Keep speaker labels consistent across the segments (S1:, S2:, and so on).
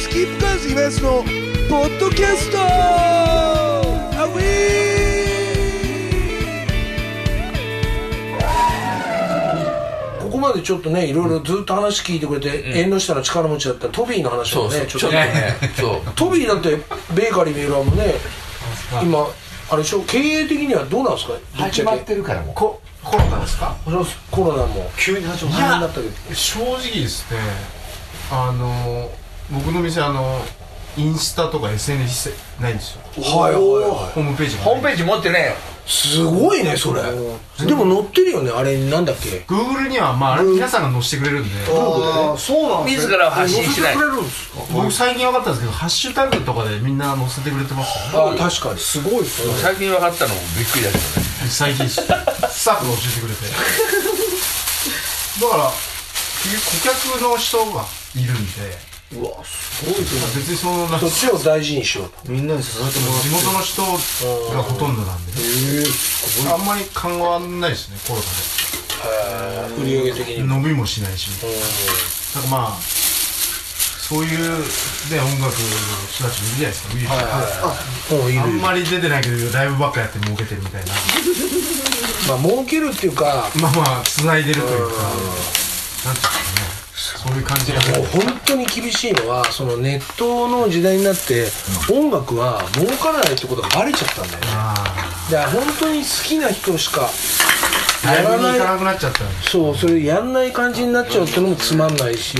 S1: スキップカーズイベントのポッドキャストアウ
S2: ここまでちょっとねいろいろずっと話聞いてくれて、縁の下の力持ちだったトビーの話
S3: そ
S2: も
S3: う
S2: ね
S3: そう
S2: ち
S3: ち
S2: ょ
S3: ょ
S2: っ
S3: っ
S2: と
S3: とねそう
S2: トビーだってベーカリー三浦もね今あれでしょ経営的にはどうなんですかぶっち
S4: 始
S2: ゃけ
S4: まってるからもう
S5: ココロナですか
S2: コロナも
S5: 急に始ま
S2: 大変だったけど
S6: 正直ですねあの僕の店あのインスタとか SNS ないんですよ
S2: はいはいはい
S6: ホームページが
S3: ホームページ持ってねえよ
S2: すごいねそれでも載ってるよねあれなんだっけ
S6: Google にはまああれ皆さんが載せてくれるんで
S5: ああそうなんです
S3: 自
S5: ね
S3: らは発信しな
S2: 載せ
S3: い
S2: てくれるんですか
S6: 僕最近分かったんですけどハッシュタグとかでみんな載せてくれてますよね
S2: あ確かにすごいっすね
S3: 最近分かったのもびっくりだけどね
S6: 最近スタッフが教えてくれて だから顧客の人がいるんで
S5: うわすごいですね
S6: 別にそのなんか
S2: そっちを大事にしようと
S5: みんなに支えてもらって
S6: 地元の人がほとんどなんでねあんまり緩和はないですねコロナで
S2: 売り上げ的に
S6: 伸びもしないしなんかまあそういうね音楽の人たちもいるじゃないですかミュージシャン
S2: もういる
S6: あんまり出てないけどライブばっかやって儲けてるみたいな
S2: まあ儲けるっていうか
S6: まあまあ繋いでるというかなんていうんですかねそういう感じが
S2: もう本当に厳しいのはそのネットの時代になって音楽は儲からないってことがバレちゃったんだよね
S6: あ
S2: だから本当に好きな人しか
S6: あライブに行かなくなっちゃったんで
S2: そうそれやんない感じになっちゃうってのもつまんないし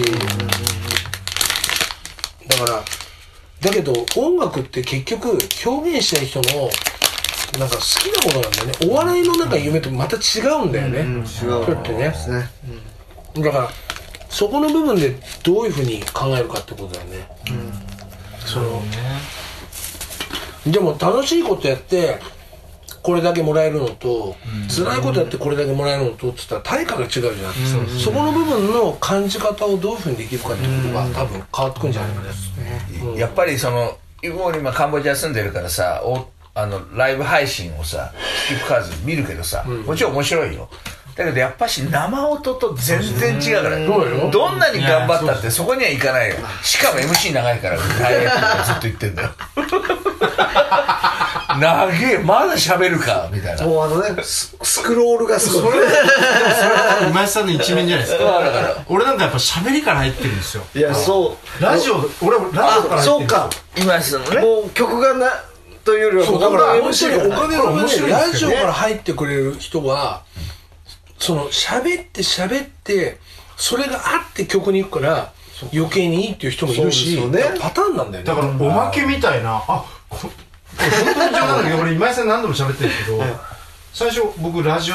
S2: だからだけど音楽って結局表現したい人のなんか好きなものなんだよねお笑いのなんか夢とまた違うんだよね、
S5: 違う
S2: それってね
S5: ですね
S2: だからそこの部分でどういうふうに考えるかってことだよね、そのでも楽しいことやってこれだけもらえるのと、辛いことやってこれだけもらえるのとっつったら対価が違うじゃない、ん、そこの部分の感じ方をどういうふうにできるかってことが多分変わってくんじゃないかな、
S3: やっぱりその僕今カンボジア住んでるからさおあのライブ配信をさスキップカーズ見るけどさ、もちろん面白いよだけどやっぱし生音と全然違うから
S2: そうよ
S3: どんなに頑張ったってそこには行かないよしかも MC 長いから大変ってずっと言って んだよ長えまだ喋るかみたいな
S5: もうあのねススクロールがすごい
S6: それは今井さんの一面じゃないですか俺なんかやっぱ喋りから入ってるんですよ
S5: いやそう
S6: ラジオ俺ラジオから入ってるん
S5: あ
S6: ですよ
S5: そうか
S3: 今そのね
S5: もう曲がなというよりは
S2: そうだから
S5: ここが
S2: 本当
S5: MC
S2: にお
S5: が
S2: 金の面白いラジオから入ってくれる人はその喋って喋ってそれがあって曲に行くから余計にいいっていう人もいるし、
S5: そうですよね
S2: パターンなんだよね
S6: だからおまけみたいなあこ これ本当に冗談だけど俺今井さん何度も喋ってるけど最初僕ラジオ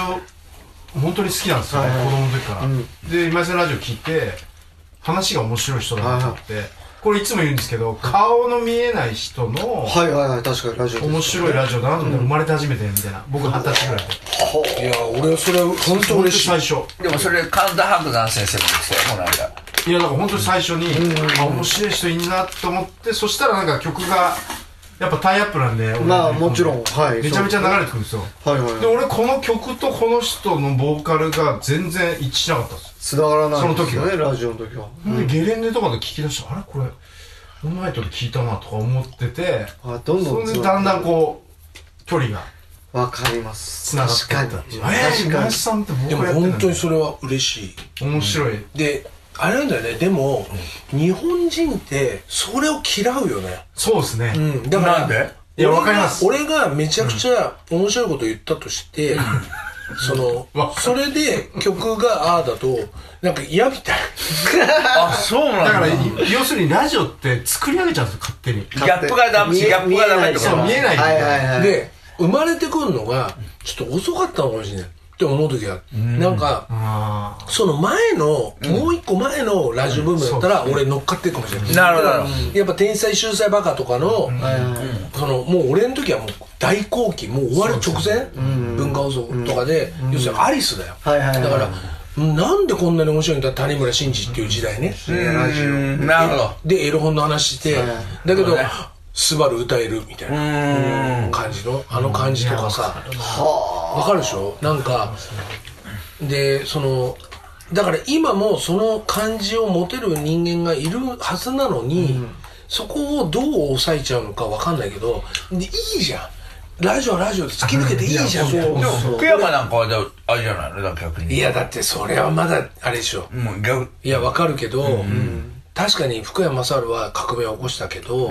S6: 本当に好きなんですよね子供の時から、で今井さんのラジオ聞いて話が面白い人だなと思って、これいつも言うんですけど顔の見えない人の
S5: はいはいはい確かにラジオ
S6: 面
S5: い
S6: 白いラジオだなと思って生まれて初めてみたいな僕二十歳ぐらいで
S2: いや俺はそれ本当
S6: 本当に
S2: 嬉しい
S6: 最初
S3: でもそれ神田伯山先生もですよもうなんか
S6: いやだから本当に最初に、あ面白い人いんなと思ってそしたらなんか曲がやっぱタイアップなんで俺の
S5: まあもちろんはい
S6: めちゃめちゃ流れてくるんですよ
S5: はいはい
S6: で
S5: はい
S6: 俺この曲とこの人のボーカルが全然一致しなかったんですよ、
S5: 繋がらないんです
S6: そ
S5: よ
S6: の時
S5: ねラジオの時は
S6: でゲレンデとかで聞き出してあれこれオンナイトで聞いたなとか思ってて
S5: あどんどん
S6: それでだんだん
S5: う
S6: こう距離が
S5: わかります
S6: つながって
S5: 確
S6: った
S5: か
S6: ってい
S5: に
S6: うえ
S5: 確
S6: ー、
S5: か
S6: 今
S5: に
S6: 井さんって
S2: でも
S6: 僕らやってる
S2: 本
S6: ん
S2: 当
S6: だ
S2: にそれは嬉しい
S6: 面白い、
S2: であれなんだよねでも日本人ってそれを嫌うよね
S6: そうですね、
S2: うんだから
S3: なんで
S6: いや
S2: 俺が
S6: わかります
S2: 俺がめちゃくちゃ面白いこと言ったとして、その
S6: わ
S2: それで曲がああだとなんか嫌みたい
S3: あそうなん
S6: だか
S3: だ
S6: ら要するにラジオって作り上げちゃうんですよ勝手に
S3: ギャップがダメギ
S5: 見え
S3: ャップがダメってこ
S6: そ
S3: と
S6: う見えない
S5: はいはいはい
S2: で生まれてくるのがちょっと遅かったのかもしれないって思う時がある、なんか
S6: ああ
S2: その前の、もう一個前のラジオブームだったら、俺乗っかってるかもしれない。
S3: なるほど
S2: だからやっぱ天才秀才バカとかの、その、もう俺の時はもう大好期、もう終わる直前、文化放送とかで、要するにアリスだよ。
S5: はいはいはい
S2: だから、なんでこんなに面白いんだ谷村新司っていう時代ね。
S3: ラジオなるほど
S2: で、エロ本の話して、
S5: い
S2: だけど、スバル歌えるみたいな。
S3: うん
S2: 感じのあの感じとかさわかるでしょなんかでそのだから今もその感じを持てる人間がいるはずなのに、そこをどう抑えちゃうのかわかんないけどでいいじゃんラジオラジオで突き抜けていいじゃん
S6: いや
S2: もう
S6: そう
S2: でも
S3: 福山なんかはじゃああれじゃないのだから逆に
S2: いやだってそれはまだあれでしょ
S3: もう逆
S2: いやわかるけど、確かに福山雅治は革命を起こしたけど、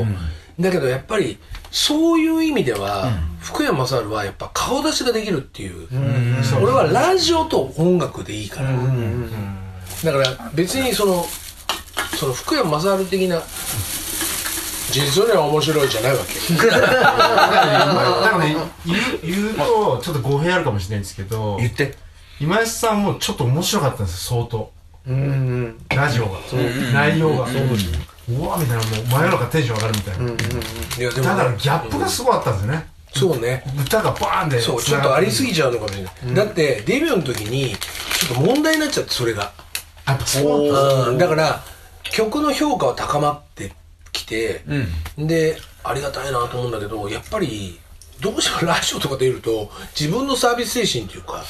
S2: だけどやっぱりそういう意味では、福山雅治はやっぱ顔出しができるっていう、俺はラジオと音楽でいいから、だから別にそのその福山雅治的な実には面白いじゃないわけ
S6: だからね言う言うとちょっと語弊あるかもしれないんですけど
S3: 言って
S6: 今井さんもちょっと面白かったんですよ相当
S5: うんうん
S6: ラジオが内容がうわみたいなもう真夜中テンション上がるみたいな
S2: いやで
S6: だからギャップがすごかったんですよね
S2: そうね
S6: 歌がバーンで
S2: そうちょっとありす
S6: ぎ
S2: ぎちゃうのかもしれない、だってデビューの時にちょっと問題になっちゃってそれが。
S6: やっぱそうなんだ
S2: うんだから曲の評価は高まってきて、でありがたいなと思うんだけどやっぱりどうしてもラジオとか出ると自分のサービス精神っていうか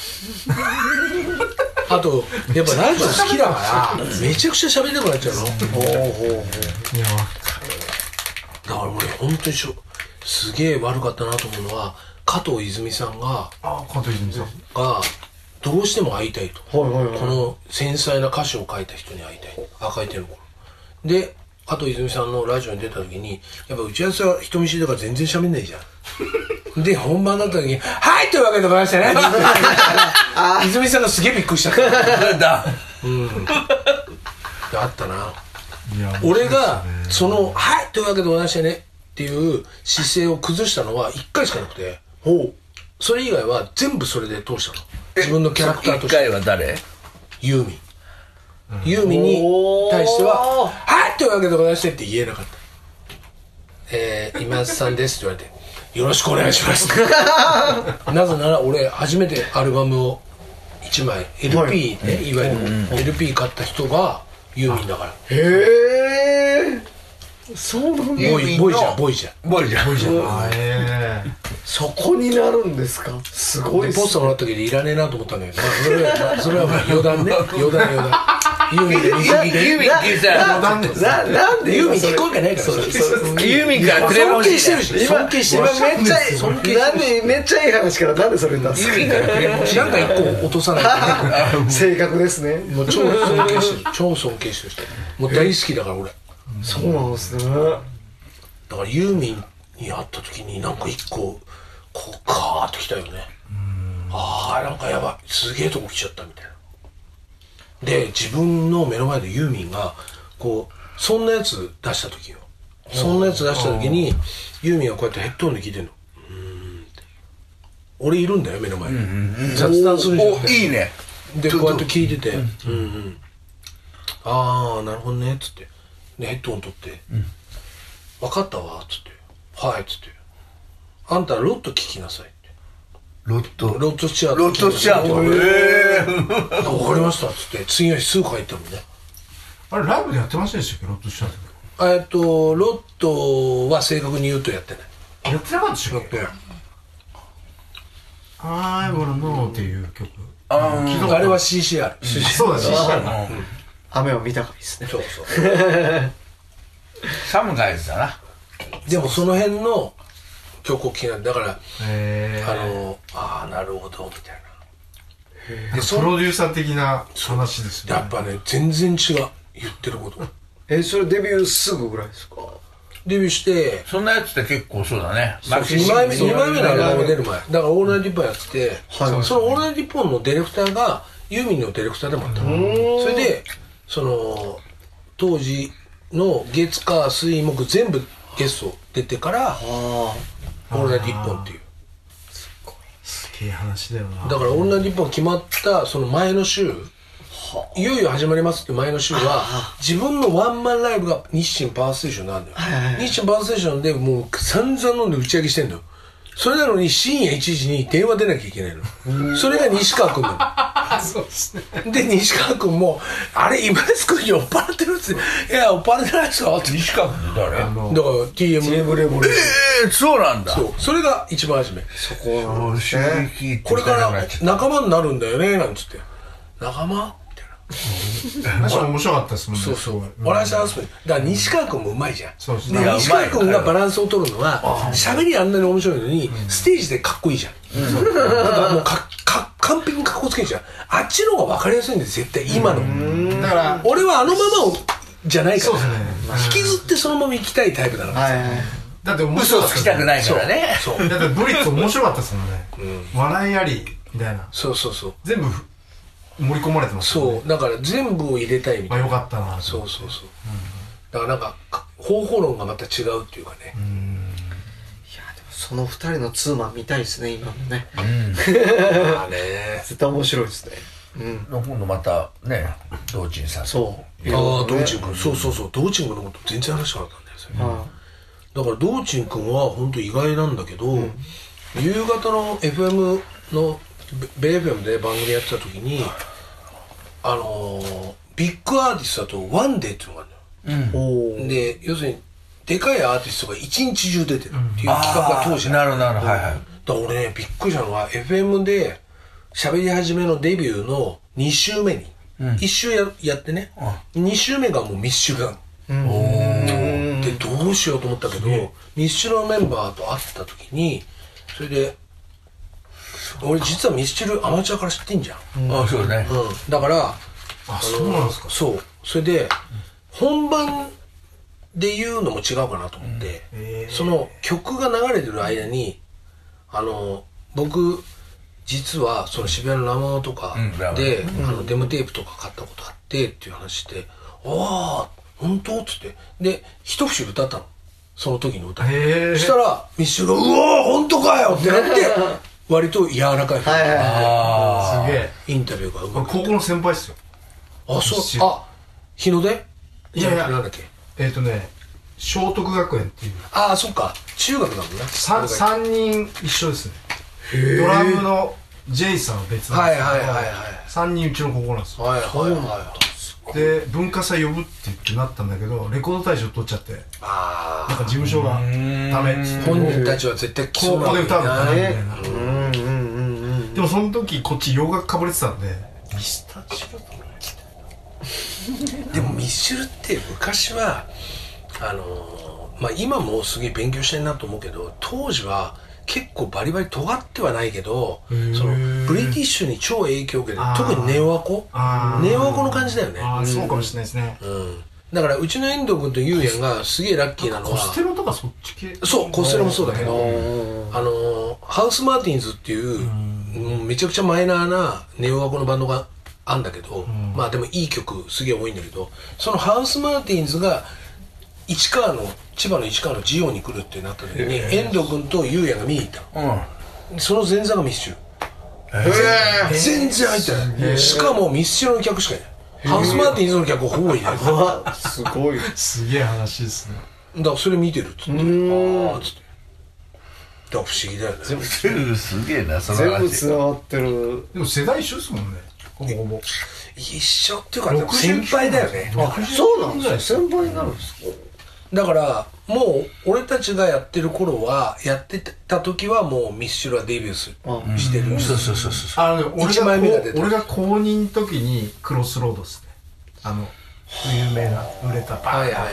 S2: あとやっぱラジオ好きだからめちゃくちゃ喋りたくなっちゃうの
S6: いや
S2: だから俺本当にしょすげえ悪かったなと思うのは加藤泉さんが
S6: あ加藤泉さん
S2: がどうしても会いたいと
S5: はいはいはい
S2: この繊細な歌詞を書いた人に会いたい赤い手の頃で加藤泉さんのラジオに出た時にやっぱ打ち合わせは人見知りだから全然喋んないじゃ んで本番だった時に「はい!」というわけでございましてね 泉さんがすげえびっくりしちゃった
S3: だ
S2: あったない
S6: や
S2: 俺がその「はい!」というわけでございましてねっていう姿勢を崩したのは1回しかなくてそれ以外は全部それで通したの自分のキャラクターとし
S3: 一
S2: て
S3: 回は誰
S2: ユーミン、ユーミンに対しては「はい!」というわけでございましてって言えなかった「えー、今津さんです」って言われて「よろしくお願いし ます」なぜなら俺初めてアルバムを1枚 LP ね、い、わゆる LP 買った人がユーミンだから
S5: へえそうなんだ
S2: ボイボイじゃんボイじゃん
S3: ボイじゃんボイじゃん
S6: あええ
S5: そこになるんですかすごい
S2: で
S5: っす
S2: ポストもらった時でいらねえなと思ったんだけど、まあ、それは、まあ、それは まあ余談ね余談 余談ユーミンで水着で
S3: ユーミンってさ
S6: なんで
S5: ななんで
S2: ユーミン聞こえがないからそれ
S3: ユーミンからクレー
S2: 尊
S3: ム欲
S2: 敬し
S3: してい
S2: るし
S3: な
S2: 尊敬してる
S5: 今
S2: し
S5: めっちゃいい
S2: 尊敬
S5: なんでめっちゃいい話からなんでそれになったんです
S2: な
S5: か
S2: んか一個落とさないとね
S5: 性格ですね
S2: もう超尊敬してる超尊敬してる人もう大好きだから俺
S5: そうなんですね
S2: だからユーミンに会った時になんか一個こうカーッときたよねああなんかやばいすげえとこ来ちゃったみたいなで自分の目の前でユーミンがこうそんなやつ出した時よそんなやつ出した時にユーミンがこうやってヘッドホンで聞いてるのうーんって俺いるんだよ目の前に雑談するじゃん
S3: おいいね
S2: でこうやって聞いてて「うんうんああなるほどね」っつってでヘッドホン取って「分かったわ」っつって「はい」っつって「あんたロット聞きなさい」って
S3: ロット
S2: ロットスチュアー
S3: ロットシアート
S2: 分
S3: ええ
S2: かりました」っつって次の日すぐ帰ったもんね
S6: あれライブでやってませんでしたっけロットしたんですけ
S2: えっとロットは正確に言うとやってない
S6: どやってなかったでしたっけ「I wanna know」っていう曲
S3: あー
S2: あれは CCR
S6: そうだし
S5: 雨を見たかいですね
S2: そうそう
S3: サムガイズだな
S2: でもその辺の曲を聴きなだから
S6: え
S2: あのああなるほどみたいなで
S6: え
S2: そ
S6: プロデューサー的な話ですよ
S2: や
S6: ね
S2: っぱね全然違う言ってること
S5: えそれデビューすぐぐらいですか
S2: デビューして
S3: そんなやつって結構そうだねマキシ
S2: 2
S3: ム
S2: 枚目二枚目のアルバム出る前だから「オールナイトニッポン」やってて、その「オールナイトニッポン」のディレクターがユーミンのディレクターでもあったのそれでその当時の月火水木全部ゲスト出てから「
S5: あ
S2: オールナイトニッポン」っていう
S6: すげえ話だよな
S2: だから「オールナイトニッポン」決まったその前の週いよいよ始まりますって前の週は自分のワンマンライブが日清パワーステーションなんだよ、日清パワーステーションでもう散々飲んで打ち上げしてんのよそれなのに深夜1時に電話出なきゃいけないのそれが西川君な ので西川君も「あれ今です君酔っ払ってる?」っつって「いや酔っ払ってないですよ」ってだか
S3: 西川君って誰
S2: ら TM
S5: レブレ
S3: ええそうなんだ
S2: そうそれが一番初め
S5: そこなん
S3: 俺
S5: です
S3: 襲
S5: ね
S3: 撃って
S2: これか
S3: な
S2: ら
S3: っちゃった
S2: 仲間になるんだよねなんつって「仲間?」みたいな
S6: 話も面白かったですもんね
S2: そうそう
S6: す。ごい
S2: 俺はさ、そうだから西川君もうまいじゃん。
S6: そうです
S2: で
S6: ね
S3: いや
S2: 西川君が
S3: うまい
S2: バランスを取るのは、喋りあんなに面白いのに、ステージでかっこいいじゃん。だからもうか、か、完璧にかっこつけるじゃん。あっちの方が分かりやすいんで絶対今の。
S6: だから
S2: 俺はあのままを、じゃないか
S6: そう
S2: ら
S6: で。すね
S2: 引きずってそのまま行きたいタイプだから。
S5: はいはい
S6: だって面
S3: 嘘
S6: 白
S3: を
S6: かっ
S3: つ
S6: た
S3: きたくないからね
S2: そう。
S6: だってブリッツ面白かったですもんね笑いありみたいな
S2: そうそうそう。
S6: 全部盛り込まれてますう
S2: そう。だから全部を入れたいみたいな
S6: あよかったな
S2: そうそうそう、だからなんかか方法論がまた違うっていうかね、
S5: その二人のツーマン見たいですね今もね
S2: まあね
S5: 絶対面白いですねうん
S3: 今度またね道珍さん
S5: そう
S2: ああ
S5: ね
S2: 道珍君そうそうそう道珍君のこと全然話しなかったんだよそれ、
S5: は
S2: だから道珍君は本当意外なんだけど、夕方の FM のベベ FM で番組やってた時にあのービッグアーティストだと「ワンデーっていうのがあるのよ
S5: いおー
S2: で要するにでかいアーティストが一日中出てるっていう企画が当時
S3: なるなるはいはい
S2: だから俺ねびっくりしたのは FM で喋り始めのデビューの2週目に、1週ややってね、2週目がもう密集がでどうしようと思ったけど密集のメンバーと会った時にそれで俺実はミスチルアマチュアから知ってんじゃん、
S3: あそうね
S2: うん、だから
S6: あそうなんですか
S2: そうそれで本番で言うのも違うかなと思って、その曲が流れてる間にあの僕実はその渋谷のラマオとか
S3: うんラマオ
S2: で、あのデムテープとか買ったことあってっていう話して「ああ本当?」っつってで一節歌ったのその時の歌
S6: へ
S2: そ
S6: え
S2: したらミッシュが「うわー本当かよ!」ってなって割と柔らかい、
S5: はいはい
S3: あ
S6: すげえ
S2: インタビューがう
S6: こ
S2: ま
S6: れ
S2: く
S6: 高校の先輩っすよ
S2: あそう
S6: ミスチル
S2: あ日の出
S6: いやいや
S2: なんだっけ
S6: えっとね聖徳学園っていう
S2: ああそっか中学だもんな
S6: さん三人一緒ですねドラムのジェイさんは別なんですけど
S2: はいはいはいはい
S6: 三人うちの高校なんですよ
S2: はいはいはい
S6: で文化祭呼ぶって言ってなったんだけどレコード大賞取っちゃってなん
S2: あ
S6: か事務所がダメっつっ
S2: あ
S6: て
S2: 本人たちは絶対来そう
S6: 高
S2: な
S6: 校
S2: ん
S6: で
S2: だ
S6: 歌うのダメみたいな
S5: うんうんうんうん
S6: でもその時こっち洋楽かぶれてたんでミスターチル
S2: でもミッシュルって昔はあのーまあ今もすげえ勉強したいなと思うけど当時は結構バリバリ尖ってはないけどそのブリティッシュに超影響を受けて
S6: あー
S2: 特にネオアコ
S6: あー
S2: ネオアコの感じだよね
S6: ああそうかもしれないですね
S2: うんだからうちの遠藤君とゆうやんがすげえラッキーなの
S6: コ
S2: は
S6: ステロとかそっち系
S2: そうコステロもそうだけど
S5: うん
S2: あのーハウス・マーティンズっていうもうめちゃくちゃマイナーなネオアコのバンドがあんだけど、まあでもいい曲すげえ多いんだけどそのハウス・マーティンズが市川の千葉の市川のジオに来るってなった時に遠藤君と優也が見に行った
S3: あうん
S2: のその前座がミスチル全然入ってないしかもミスチルの客しかいないハウス・マーティンズの客はほぼいないだか
S5: わすごい
S6: すげえ話ですね
S2: らそれ見てるっつってあーっつってだから不思議だよね
S3: 全部すげえなその
S5: 全部
S3: 話
S5: 繋がってる
S6: でも世代一緒ですもんねほぼほぼ
S2: 一緒っていうか先輩だよね
S6: あ
S5: そうなんですよ先輩になるんですか
S2: だからもう俺たちがやってる頃はやってた時はもうミッシュルはデビューす
S5: あ
S2: してる、
S3: そうそうそうそう
S6: あのね俺
S2: 一
S6: が
S2: 枚目が出た
S6: 俺が公認の時にクロスロードですねあの有名な売れたバーン
S2: はいはいはい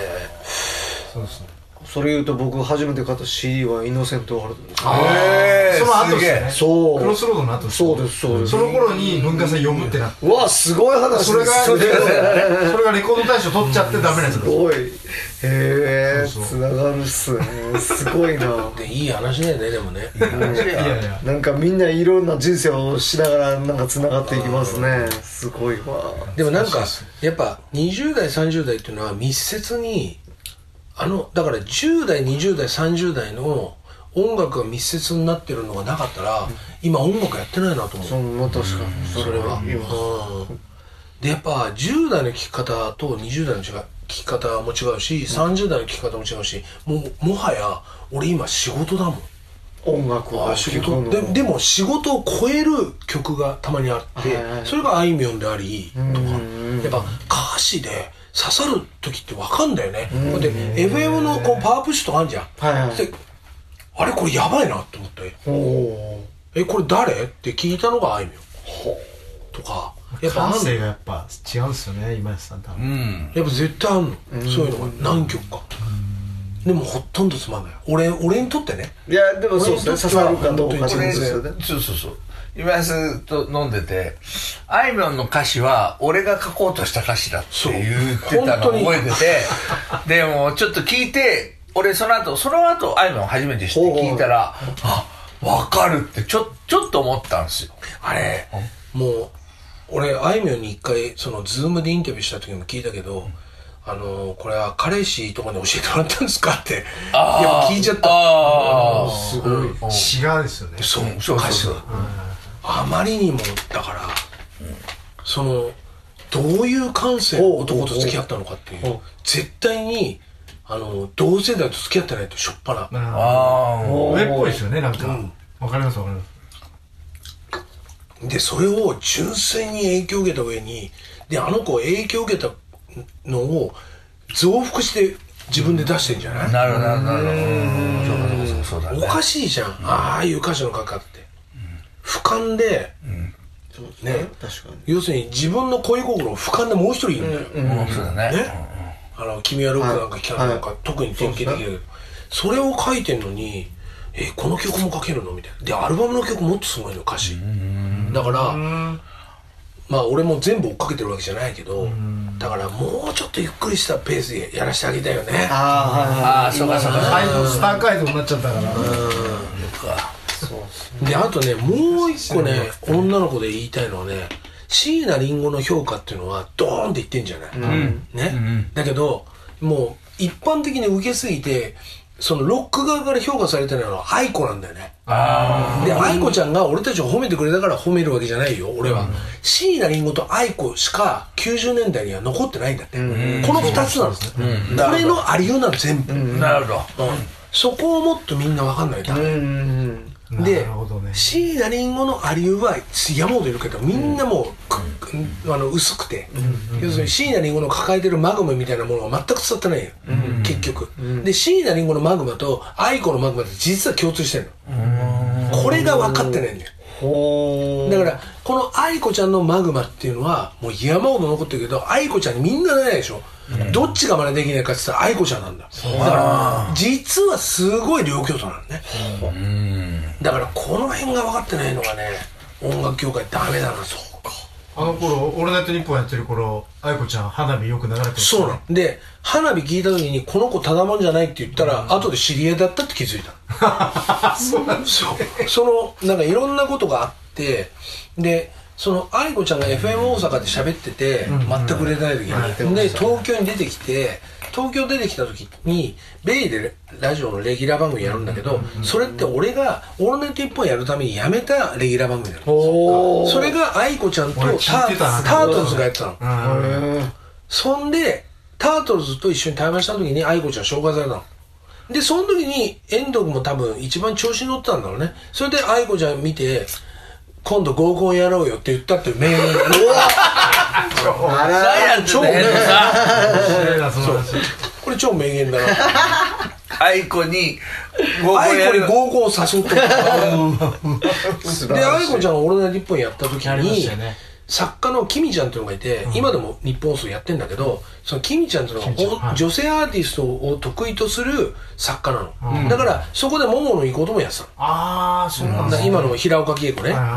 S6: そうですね
S5: それ言うと僕初めて買った CD はイノセントワールドです
S3: へえ
S6: その後ですよね
S5: そう
S6: クロスロードの後
S5: そうですそうです
S6: その頃に文化祭読むってなって
S5: うわすごい話です
S6: それが
S5: そ
S6: そ
S5: れ
S6: れがレコード大賞取っちゃってダメなんですすよ
S5: ごいへえ
S6: そうそう
S5: つながるっすねすごいな
S2: でいい話だよねでもね
S6: いやいや
S5: なんかみんないろんな人生をしながらなんかつながっていきますねすごいわ
S2: でもなんかやっぱ20代30代っていうのは密接にあのだから10代20代30代の音楽が密接になってるのがなかったら今音楽やってないなと思う
S5: その確かに
S2: それは、うん、でやっぱ10代の聞き方と20代の違う聞き方も違うし、30代の聞き方も違うしもうもはや俺今仕事だもん
S5: 音楽を
S2: 仕
S5: 聴く
S2: 事
S5: の
S2: ででも仕事を超える曲がたまにあって、
S5: はいはい
S2: それがあいみょんでありとか
S5: ん
S2: やっぱ歌詞で刺さる時って分かんだよねこうやって FM のこうパワープッシュとかあるじゃん、
S5: はいはい
S2: であれこれやばいなって思って
S5: おー
S2: 「えこれ誰?」って聞いたのがあいみょんとかやっぱ
S6: 感性がやっぱ違うんですよね今井さん多
S3: う
S6: 分
S3: ん
S2: やっぱ絶対あんの、そういうのが何曲か、でもほとんどつまんない俺俺にとってね
S5: いやでもそうですね刺さるかどうかってこと
S3: 俺
S5: で
S3: そ
S5: すよね
S3: うそうそう今すと飲んでてあいみょんの歌詞は俺が書こうとした歌詞だって
S2: そう
S3: 言ってたのを覚えて てでもちょっと聞いて俺その後その後あいみょん初めて知って聞いたらあわかるってちょちょっと思ったんですよ
S2: あれもう俺あいみょんに一回そのズームでインタビューした時も聞いたけど、あのこれは彼氏とかに教えてもらったんですかってやっ
S3: あー
S2: ぱ聞いちゃった
S3: あー
S5: すごい
S6: 詩がですよね
S2: そう
S3: そうそう
S2: 歌詞があまりにもだから、そのどういう感性の男と付き合ったのかっていう絶対にあの同世代と付き合ってないとしょっぱな
S6: なるほど
S3: あー
S5: おー
S6: 上っぽいですよねなんかわかりますわかります
S2: でそれを純粋に影響を受けた上にであの子影響を受けたのを増幅して自分で出してんじゃない、
S3: なるほどなるほどうんそうかそうかそう
S2: お
S3: だね
S2: かしいじゃん、ああいう歌詞の書き方って、俯瞰で、ね
S5: 確かに
S2: 要するに自分の恋心を俯瞰でもう一人いるんだよ、
S3: うんそうだね
S2: ねあの「君はロックなんか聴かない」なんか、
S5: はい
S2: 特に典型的だけどそ,、れを書いてんのに「えこの曲も書けるの?」みたいなでアルバムの曲もっとすごいの歌詞だからまあ俺も全部追っかけてるわけじゃないけどだからもうちょっとゆっくりしたペースでやらせてあげたいよね
S5: あ
S3: ああそうかそうか
S6: 街道スター街道になっちゃったから
S2: であとねもう一個ね女の子で言いたいのはね椎名林檎の評価っていうのはドーンっていってんじゃない、ね、だけどもう一般的に受けすぎてそのロック側から評価されてないのは愛子なんだよねで愛子ちゃんが俺たちを褒めてくれたから褒めるわけじゃないよ俺は椎名林檎と愛子しか90年代には残ってないんだって、この2つなんですね、これのありようなの全部、
S3: なるほど
S2: うんそこをもっとみんな分かんないとダメ
S5: ーうん
S2: で、
S6: なるほどね
S2: 椎名林檎のアリウは山ほどいるけどみんなもうく、あの薄くて、要するに椎名林檎の抱えてるマグマみたいなものが全く伝わってないよ、結局、で椎名林檎のマグマと愛子のマグマって実は共通してるのこれが分かってないんだよ
S5: ほ
S2: だからこの愛子ちゃんのマグマっていうのはもう山ほど残ってるけど愛子ちゃんにみんなないでしょ、どっちが真似できないかって言ったら愛子ちゃんなんだだから実はすごい両京都なのねだからこの辺が分かってないのがね音楽業界ダメだなそうか
S6: あの頃「オールナイトニッポン」やってる頃愛子ちゃん花火よく流れてる
S2: そうなので花火聞いた時にこの子ただもんじゃないって言ったら、後で知り合いだったって気づいた
S6: そうなんです
S2: そうそのなんかいろんなことがあってでその愛子ちゃんが FM 大阪で喋ってて、全く売れてない時に、で東京に出てきて東京出てきた時にベイでラジオのレギュラー番組やるんだけど、それって俺が「オールナイト一本やるためにやめたレギュラー番組なの
S5: お
S2: それが愛子ちゃんとタ
S6: 俺聞い
S2: ー
S6: てたな
S2: タートルズがやってたの
S6: うん
S2: そんで、タートルズと一緒に対話した時に愛子ちゃん紹介されたの。で、その時に遠藤君も多分一番調子に乗ってたんだろうね。それで愛子ちゃん見て、今度合コンやろうよって言ったっていう 名言。
S5: あ
S3: ジ
S5: ら
S3: ャイアンツ
S2: 超
S3: の
S2: ね
S3: 遠藤 さん
S6: 綺麗なその話
S2: これ超名言だな。
S3: 愛子に合コンや
S2: 愛子
S3: る
S2: に合コンを誘った
S5: 素
S2: で、
S5: 晴ら
S2: 愛
S5: しい
S2: 子ちゃんが俺の日本やった時
S6: やりまし
S2: に
S6: たよね、
S2: 作家のキミちゃんっていうのがいて、今でも日本放送やってんだけど、そのキミちゃんっていうの
S6: キミちゃん
S2: が
S6: はい
S2: 女性アーティストを得意とする作家なの。だから、そこでモモのいいこともやってたの。
S6: ああそうな
S2: だ
S6: んだ
S2: から今の平岡恵子ね、
S6: はいはい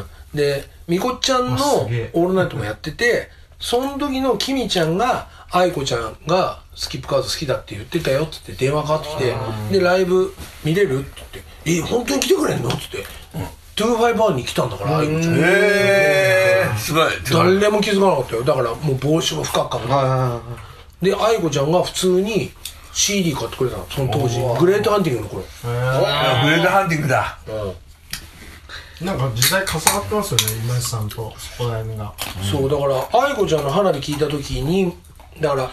S2: う
S6: い
S2: ん、でみこちゃんの
S6: あすげえ
S2: 「オールナイト」もやっててその時のきみちゃんが愛子ちゃんがスキップカード好きだって言ってたよって言って電話かかってきてでライブ見れるって言って「え本当に来てくれんの?」って言って「トゥーファイバーに来たんだから愛子ちゃん」
S3: へえすごい
S2: 誰も気づかなかったよだからもう帽子も深くかぶって
S5: はいはいはい
S2: で愛子ちゃんが普通に CD 買ってくれたのその当時グレートハンティングの頃
S3: あグレードハンティングだ
S6: なんか時代重なってますよね今井さんとそこら辺が
S2: そうだから愛子ちゃんの花火聞いた時にだから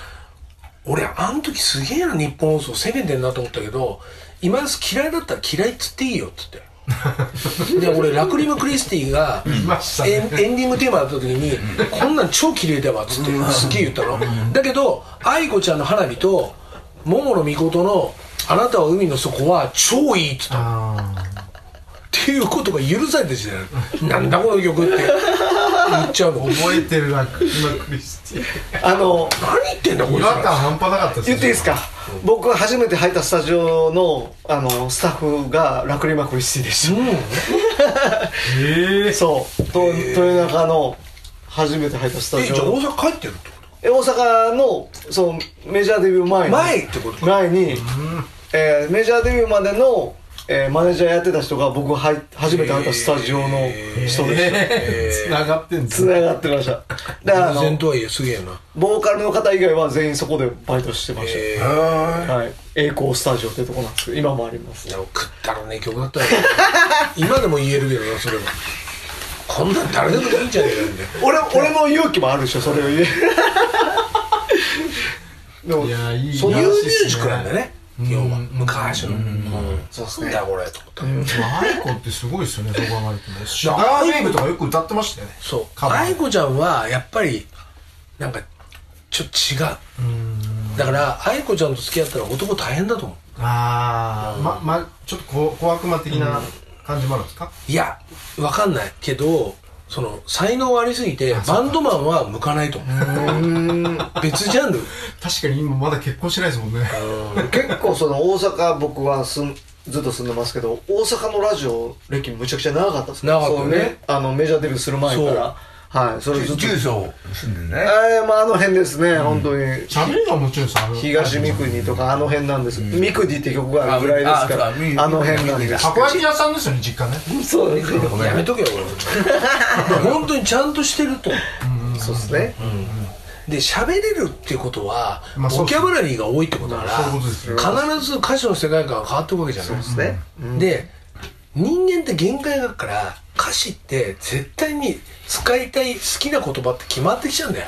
S2: 俺あの時すげえな日本放送攻めてんなと思ったけど今です嫌いだったら嫌いっつっていいよっつってで俺ラクリム・クリスティが
S6: ましたね
S2: エンエンディングテーマだった時に「こんなん超綺麗だわ」っつってすっげえ言ったのだけど愛子ちゃんの花火と桃の御事の「あなたは海の底は超いい」っつったの
S6: あ
S2: っていうことが許されてしまうなんだこの曲って言っちゃうの何
S6: 覚えてるな今クリスティ
S5: あの
S2: 言ってんだこ
S6: 違
S2: いつ
S6: 和感
S2: ら
S6: 半端なかったです
S5: 言っていいです
S6: か
S5: か僕が初めて入ったスタジオのあのスタッフがラクリマクリシティでし
S6: え
S5: たそうと豊中の初めて入ったスタ
S2: え
S5: ジ
S2: じゃあ
S5: オ
S2: 大阪帰ってるってこ
S5: え大阪のそうメジャーデビュー前
S2: と
S5: に
S2: 前ってことか
S5: 前に、えーメジャーデビューまでの、えーマネージャーやってた人が僕が入っ初めて入ったスタジオの人でした
S6: えつながってんです
S5: つながってましただからあ
S2: 偶然
S5: の
S2: とはいえすげえな
S5: ボーカルの方以外は全員そこでバイトしてました、
S2: え
S5: はい、栄光スタジオってとこなんですけど今もあります
S2: ー、でも食ったらねえ曲だ ったよ今でも言えるけどなそれはこんなん誰でもいいんじゃねえかみたいな
S5: 俺俺の勇気もあるでしょそれを言えでも
S6: いやいい
S2: そういうミ
S6: 話
S2: ュー
S6: で
S2: ジ
S6: す
S2: ックなんだよね要は昔の
S5: そうです
S2: なんだこれと思った
S6: アイコってすごい ですよねそう考えるとねシ
S2: だ
S6: ュ
S2: か
S6: ガ
S2: ら
S6: ーウェイブとかよく歌ってましたよね
S2: そう
S6: カバー
S2: 愛子ちゃんはやっぱりなんかちょっと違うだから愛子ちゃんと付き合ったら男大変だと思う
S6: ああままちょっとこ小悪魔的な感じもあるんですか
S2: いやわかんないけどその才能ありすぎてバンドマンは向かないと思う別ジャンル
S6: 確かに今まだ結婚してないですもんね
S5: 結構その大阪僕はすんずっと住んでますけど大阪のラジオ歴むちゃくちゃ長かったです
S2: 長かったよね
S5: そうあのメジャーデビューする前からはいそれずっと
S3: 重曹住んでるね
S5: えーまああの辺ですね、本当に
S6: 喋るのはもちろんですあの
S5: 東三国とかあの辺なんです、ミクディって曲があるぐらいですから
S3: あ
S5: あ
S3: そうか
S5: の辺なんです
S6: たこ焼き屋さんですよね実家ね
S5: そうですね
S2: やめとけよ俺本当にちゃんとしてると思う
S5: そうですね、
S2: で喋れるっていうことは、
S6: まあそう
S2: ボ
S6: です
S2: キャブラリーが多いってことだから、
S6: そういうことですよ
S2: 必ず歌詞の世界観が変わっていくわけじゃないです
S5: そうですね、
S2: で人間って限界があるから歌詞って絶対に使いたい好きな言葉って決まってきちゃうんだよ、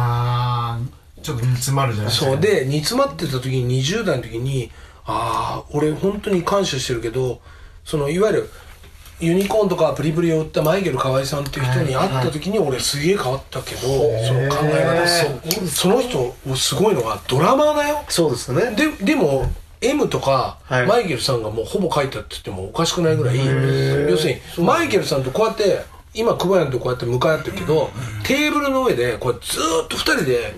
S6: ああちょっと煮詰まるじゃないですか
S2: そうで煮詰まってた時に20代の時にああ俺本当に感謝してるけどそのいわゆるユニコーンとかプリプリを売ったマイケル河合さんっていう人に会った時に俺すげえ変わったけど、その考え方そその人すごいのがドラマーだよ
S5: そうですね
S2: ででも M とか、
S5: はい
S2: マイケルさんがもうほぼ書いたって言ってもおかしくないぐらい要するにマイケルさんとこうやって今久保屋とこうやって向かい合ってるけど、テーブルの上でこうやってずーっと2人で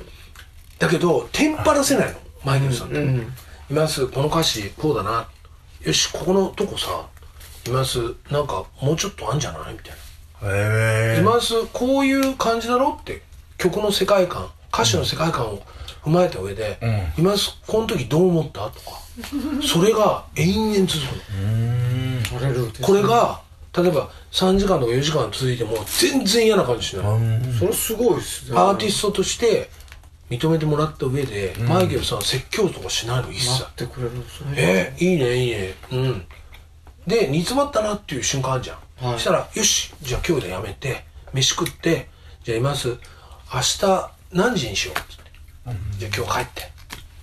S2: だけどテンパらせないのマイケルさんって、今すこの歌詞こうだなよしここのとこさ今すなんかもうちょっとあんじゃないみたいな
S3: へ
S2: 今すこういう感じだろって曲の世界観歌詞の世界観を踏まえた上で、今すこの時どう思ったとかそれが延々続くのこれが例えば3時間とか4時間続いても全然嫌な感じしない、
S5: それすごいですね
S2: アーティストとして認めてもらった上で、マイケルさんは説教とかしないの一切
S5: 待ってくれるんですね
S2: えーいいねいいねうんで煮詰まったなっていう瞬間あるじゃん、
S5: はい
S2: そしたらよしじゃあ今日でやめて飯食ってじゃあ今す明日何時にしようっつって、じゃあ今日帰って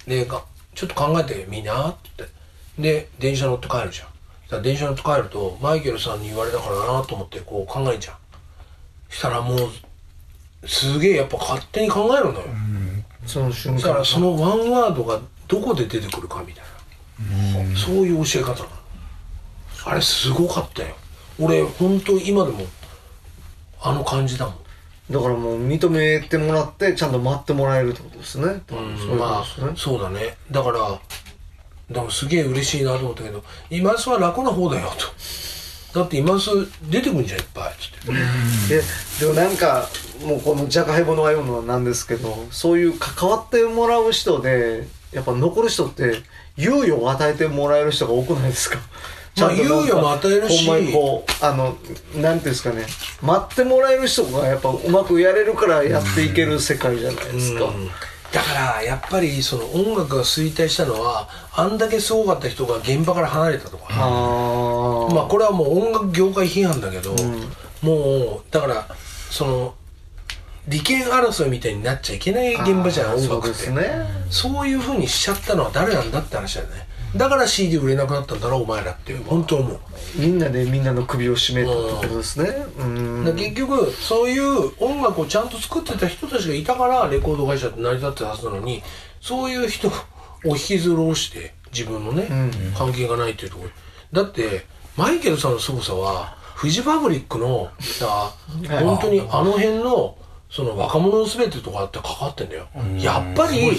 S2: でがちょっと考えてみなって言ってで電車乗って帰るじゃんだから電車乗って帰るとマイケルさんに言われたからなと思ってこう考えちゃうしたらもうすげえやっぱ勝手に考えるのよ、
S5: その瞬
S2: だか
S5: 間
S2: らそのワンワードがどこで出てくるかみたいなそういう教え方なのあれすごかったよ俺本当今でもあの感じだもん
S5: だからもう認めてもらってちゃんと待ってもらえるってことですねそういう
S2: まあ
S5: ことですね
S2: そうだねだからでもすげえ嬉しいなと思ったけど「今すは楽な方だよ」と「だって今す出てくんじゃんいっぱい」つって
S5: ででもなんかもうこの「じゃがいものが言うのはなんですけどそういう関わってもらう人でやっぱ残る人って猶予を与えてもらえる人が多くないですか
S2: まあ
S5: ちゃんとなんか
S2: 猶予も与えるし
S5: ほんまにこうあのなんていうんですかね待ってもらえる人がやっぱうまくやれるからやっていける世界じゃないですか、
S2: だからやっぱりその音楽が衰退したのはあんだけすごかった人が現場から離れたとか、
S5: あー
S2: まあこれはもう音楽業界批判だけど、もうだからその利権争いみたいになっちゃいけない現場じゃん音楽って
S5: そ
S2: そうう,、
S5: ですね
S2: いうふうにしちゃったのは誰なんだって話だよねだから CD 売れなくなったんだろお前らって本当思う、
S5: みんなでみんなの首を絞めたってことですねうん
S2: だから結局そういう音楽をちゃんと作ってた人たちがいたからレコード会社って成り立ってたはずなのにそういう人を引きずろうして自分のね、関係がないっていうところだってマイケルさんの凄さはフジファブリックのさ本当にあの辺のその若者のすべてとかってかかってんだよ、やっぱり、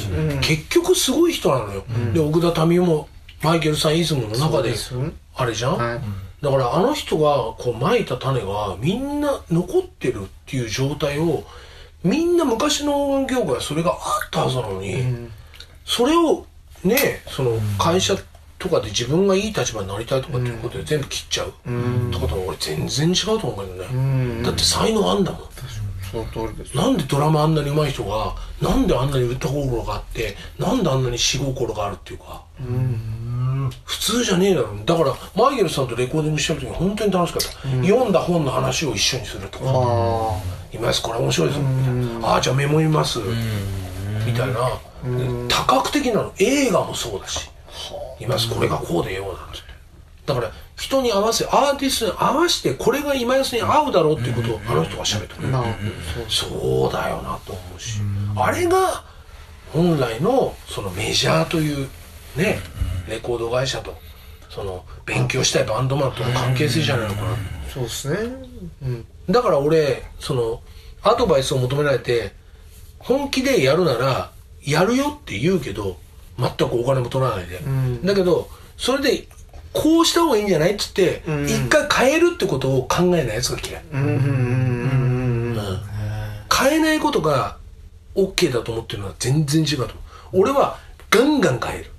S2: 結局すごい人なのよ、で奥田民生もマイケルさんイズムの中で
S5: そうです
S2: あれじゃん、
S5: はい
S2: だからあの人がこうまいた種がみんな残ってるっていう状態をみんな昔の音楽業界はそれがあったはずなのに、それをねその会社とかで自分がいい立場になりたいとかっていうことで全部切っちゃうってことは俺全然違うと思うけどねだって才能あんだもん
S5: その通りです
S2: なんでドラマあんなに上手い人がなんであんなに歌心があってなんであんなに詩心があるっていうか普通じゃねえだろだからマイケルさんとレコーディングしてる時本当に楽しかった、読んだ本の話を一緒にするとか
S5: あ
S2: 「今ですこれ面白いです」みたいな「ああじゃあメモいます」みたいなで多角的なの映画もそうだし「今ですこれがこうでよ」なんつってだから人に合わせアーティストに合わせてこれが今安に合うだろうっていうことをあの人が喋ってくれる
S5: あなる
S2: そうだよなと思うし、あれが本来のそのメジャーというね、レコード会社とその勉強したいバンドマンとの関係性じゃないのかな、
S5: そうですねうん
S2: だから俺そのアドバイスを求められて本気でやるならやるよって言うけど全くお金も取らないで、
S5: ん
S2: だけどそれでこうした方がいいんじゃないっつって
S5: ん
S2: 一、回変えるってことを考えないやつが嫌い
S5: うんうんうんうんうん
S2: 変えないことが OK だと思ってるのは全然違うと思う俺はガンガン変える、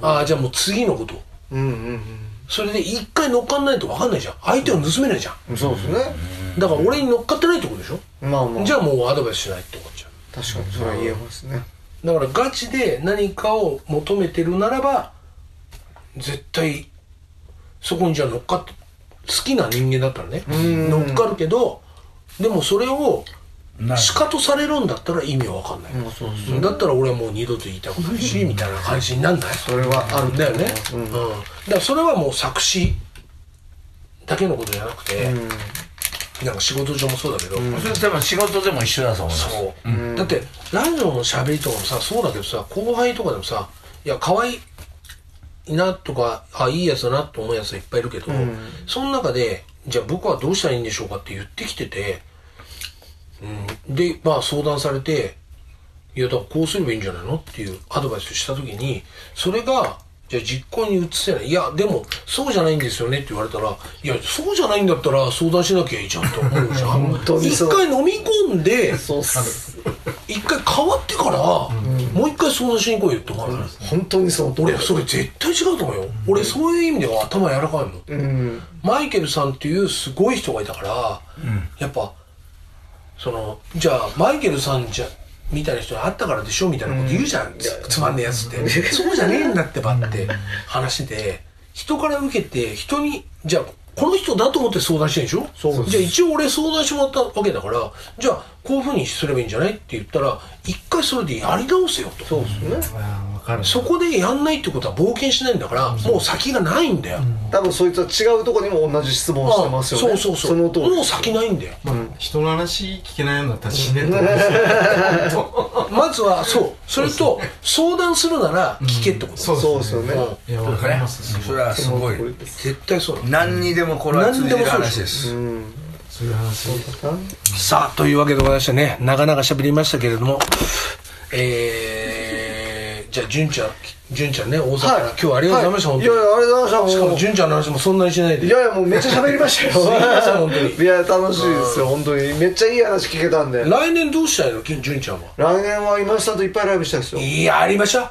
S2: ああじゃあもう次のこと
S5: うんうん
S2: それで一回乗っかんないと分かんないじゃん相手を盗めないじゃん
S5: うんそうですね
S2: だから俺に乗っかってないってことでしょ、
S5: まあまあ
S2: じゃあもうアドバイスしないってことじゃん
S5: 確かにそれは言えますね
S2: だからガチで何かを求めてるならば絶対そこにじゃあ乗っかって好きな人間だったらね
S5: ん
S2: 乗っかるけどでもそれを
S3: な
S2: しかとされるんだったら意味は分かんない、
S5: まあそうです
S2: だったら俺はもう二度と言いたくないしみたいな感じになんない
S5: それはある
S2: だよね、
S5: う
S2: うん
S5: ん
S2: だからそれはもう作詞だけのことじゃなくて、なんか仕事上もそうだけど、
S3: それ多分仕事でも一緒だと思います
S2: そう、だってラジオの喋りとかもさそうだけどさ後輩とかでもさいや可愛いなとかあいいやつだなと思うやつはいっぱいいるけど、その中でじゃあ僕はどうしたらいいんでしょうかって言ってきてて、うん、でまあ相談されていやだからこうすればいいんじゃないのっていうアドバイスをした時にそれがじゃあ実行に移せないいやでもそうじゃないんですよねって言われたらいやそうじゃないんだったら相談しなきゃいいじゃんって思うじゃん
S5: 本当にそう
S2: 一回飲み込んで
S5: そうっす
S2: 一回変わってから、もう一回相談しに行こうよって思わない、
S5: 本当にそう
S2: 俺それ絶対違うと思うよ、俺そういう意味では頭柔らかいもん、
S5: うん
S2: マイケルさんっていうすごい人がいたから、やっぱそのじゃあマイケルさんじゃみたいな人に会ったからでしょみたいなこと言うじゃん、つつまんねえやつって、 そうじゃねえんだってばって話で人から受けて人にじゃあこの人だと思って相談してるでしょじゃあ一応俺相談してもらったわけだからじゃあこういうふうにすればいいんじゃないって言ったら一回それでやり直せよと
S5: そうですね
S6: 分かる
S2: そこでやんないってことは冒険しないんだからもう先がないんだよ、
S5: 多分そいつは違うとこにも同じ質問をしてますよね
S2: あそうそうそう
S5: の通り
S2: もう先ないんだよ
S6: 人の話聞けないようになったら死ねと思う
S2: まずはそうそれと相談するなら聞けってこと、
S6: そう
S5: そうですよね
S2: うん
S6: いや分かります
S3: それはすごい
S5: これです
S2: 絶対そうなの
S3: 何にでもこれは通じる話です
S5: うん
S6: そういう話
S2: さあというわけでございましてね長々しゃべりましたけれどもえー、じゃあ純ちゃん純ちゃんね大阪から、
S5: はい
S2: 今日はありがとうございました、
S5: はいいやい
S2: 本
S5: やありがとうござい
S2: 当
S5: ま
S2: にし
S5: した
S2: か
S5: も
S2: も
S5: う
S2: 純ちゃんの話もそんなにしないで
S5: いやいやもうめっちゃ喋りましたよ
S2: すいません本当に
S5: いや楽しいですよ本当にめっちゃいい話聞けたんで
S2: 来年どうしたいの純ちゃんは
S5: 来年は今下といっぱいライブしたいですよ
S2: いややりましょう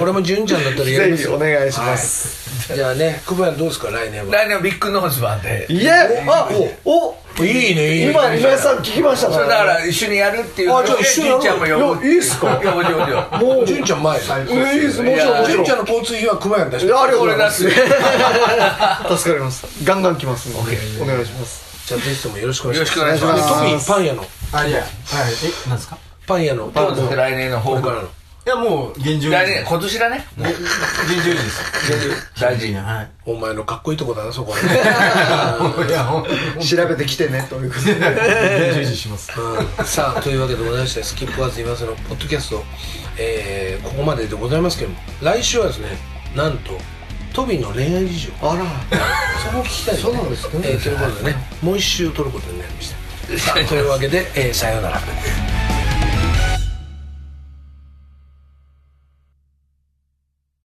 S2: 俺も純ちゃんだったらやりま
S5: ぜ
S2: す
S5: ひ
S2: よ
S5: お願いします
S2: じゃあね久保谷どうですか来年は
S3: 来年はビッグノーズマンで
S5: いえあおお
S2: いいねいいね
S5: 今今下さん聞きました
S3: それだ
S5: か
S3: からら一緒にやるっていう
S2: あじゃあ一緒にやろう
S3: じいちゃんも呼ぶ
S5: いやいいっすか
S3: 呼ぶ呼ぶ呼ぶ
S5: もう
S2: 純ちゃん前
S5: えいいですもちろんもちろ
S2: 純
S5: ん
S2: ちゃんの交通費は熊谷に出して
S5: いやありがとうございます
S3: 俺出す
S5: 助かりますガンガン来ますんでお願いします
S2: じゃあぜひともよろしくお願いします。
S3: よろしくお願いします
S2: でトミーパン屋の
S6: あいやはいえなんですか
S2: パン屋の
S3: どうですか来年の方
S2: か
S3: からら
S2: の
S6: いやもう現状維持
S3: 来年今年だね
S6: 現状維持です
S3: 大事
S6: はい
S2: お前のかっこいいとこだなそこは ね。
S6: いやほん
S5: 調べてきてねということで
S6: 現状維持します
S2: うんさあというわけでございましてスキップワーズ今すのポッドキャスト、えーここまででございますけども来週はですねなんとトビーの恋愛事情
S5: あら
S2: そこを聞きたい、ね、
S5: そうなんですね
S2: えーということでねもう一周取ることになりましたさあというわけで、えーさようなら